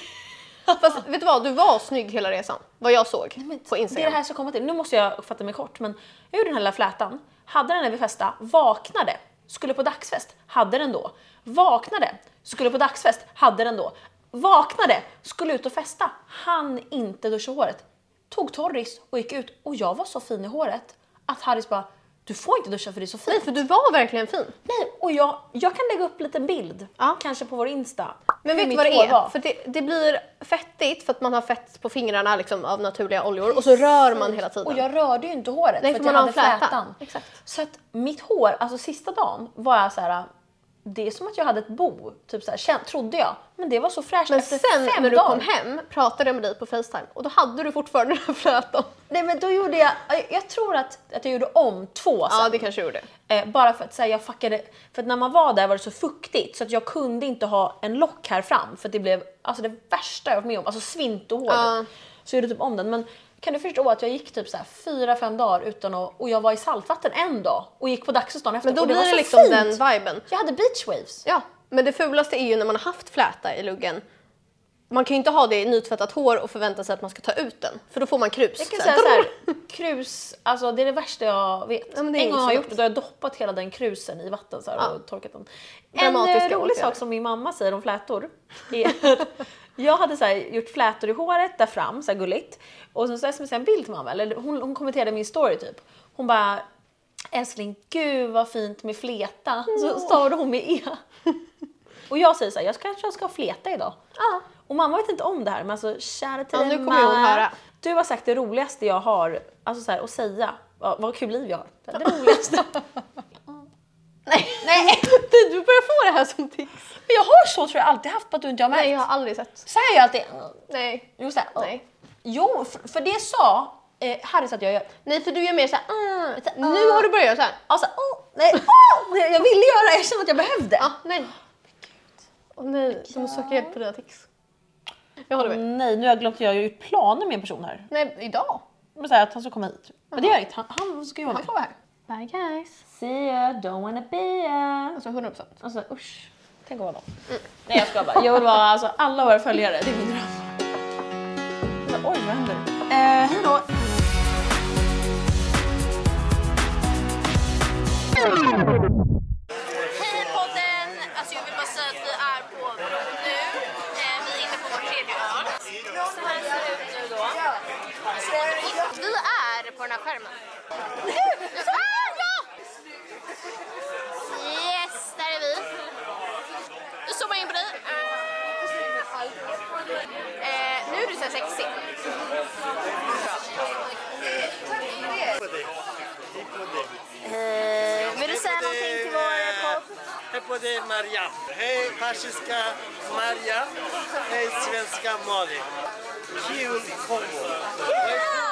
S1: Fast vet du vad, du var snygg hela resan. Vad jag såg på
S2: Det är
S1: Instagram.
S2: det här som kommer till. Nu måste jag fatta mig kort, men jag gjorde den här lilla flätan, hade den när vi festa, vaknade, skulle på dagsfest, hade den då. Vaknade, skulle på dagsfest, hade den då. Vaknade, skulle ut och festa, hann inte duscha håret. Tog Torris och gick ut och jag var så fin i håret att Harris bara du får inte duscha för det är så fint.
S1: Nej, för du var verkligen fin.
S2: Nej, och jag, jag kan lägga upp lite bild,
S1: Ja.
S2: kanske på vår Insta.
S1: Men
S2: hur
S1: vet du
S2: mitt
S1: vad det
S2: hår
S1: är?
S2: var.
S1: För det, det blir fettigt för att man har fett på fingrarna liksom, av naturliga oljor och så rör man hela tiden.
S2: Och jag rörde ju inte håret
S1: Nej,
S2: för att
S1: för
S2: jag
S1: man har
S2: hade
S1: en fläta.
S2: flätan.
S1: Exakt.
S2: Så att mitt hår, alltså sista dagen var jag så här. Det är som att jag hade ett bo, typ så här, kän- trodde jag. Men det var så fräscht
S1: Men
S2: efter
S1: sen
S2: fem
S1: när du
S2: dagar.
S1: kom hem pratade jag med dig på Facetime och då hade du fortfarande den här flätan.
S2: Nej men då gjorde jag, jag- jag tror att, att jag gjorde om två sen.
S1: Ja, det kanske du gjorde.
S2: Eh, bara för att så här, jag fuckade, för att när man var där var det så fuktigt så att jag kunde inte ha en lock här fram för att det blev alltså det värsta jag varit med om, alltså svint och håret.
S1: Ja.
S2: Så jag gjorde typ om den. Men kan du förstå att jag gick typ så här fyra, fem dagar utan att, och jag var i saltvatten en dag och gick på dagsfest dagen efter
S1: Men då
S2: och det
S1: blir
S2: var
S1: det
S2: så
S1: liksom
S2: fint.
S1: den viben.
S2: Jag hade beach waves.
S1: Ja, men det fulaste är ju när man har haft fläta i luggen. Man kan ju inte ha det i nytvättat hår och förvänta sig att man ska ta ut den, för då får man krus.
S2: Jag kan
S1: typ Så
S2: säga
S1: här,
S2: så här,
S1: drrrr.
S2: krus, alltså det är det värsta jag vet.
S1: men det är
S2: en gång
S1: inget
S2: har jag
S1: som
S2: gjort det, då har jag doppat hela den krusen i vatten så här, och torkat den. En
S1: Dramatiska
S2: eh, rolig
S1: åtgärder.
S2: sak som min mamma säger om flätor är att jag hade så här, gjort flätor i håret där fram, så här gulligt. Och sen så smsade jag en bild till mamma, eller hon, hon kommenterade min story typ. Hon bara älskling gud vad fint med fleta. Så stavar hon med e. Och jag säger så här, jag kanske ska ha fleta idag.
S1: Ja.
S2: Och mamma vet inte om det här men alltså kära
S1: Ja,
S2: Tina.
S1: nu kommer hon höra.
S2: Du har sagt det roligaste jag har alltså så här, att säga. Vad, vad kul liv jag har. Det roligaste.
S1: Nej. Nej. Du börjar få det här som tics.
S2: men jag har så tror jag alltid haft på att du inte har märkt.
S1: Nej, jag har aldrig sett.
S2: Så här gör jag alltid.
S1: Nej.
S2: Jo, så här,
S1: Nej.
S2: jo för, för det sa eh, Harris att jag gör.
S1: Nej, för du gör mer såhär... Mm, så, Nu har du börjat göra såhär.
S2: Alltså, oh, nej, oh, jag ville göra det, jag kände att jag behövde.
S1: Ja, nej. Åh nej, du måste söka hjälp på dina tics. Jag håller med.
S2: Nej, nu har jag glömt att jag har gjort planer med en person här.
S1: Nej, idag.
S2: Men så här, att han ska komma hit. Men det gör inget, han, han ska ju vara
S1: Han
S2: med.
S1: får vara här. Bye guys.
S2: See ya, don't wanna be ya.
S1: Alltså 100 procent.
S2: Alltså usch, tänk att vara dem. Nej jag skojar bara, jag vill vara alltså, alla våra följare, det är min dröm. Alltså, Oj, vad händer? Eh, hej då!
S4: Hej podden! Alltså jag vill bara säga att vi är på bron nu. Eh, vi är inne på vår tredje öl. Så här ser det ut nu då. Vi är på den här skärmen. Ah, ja! Yes, där är vi. Nu zoomar jag in på dig. Ah. Eh, nu är du så här sexig. Eh, vill du säga någonting till vår podd?
S5: Eh, Hej på dig Maria. Hej persiska Maria. Hej svenska Malin. Kul kombo.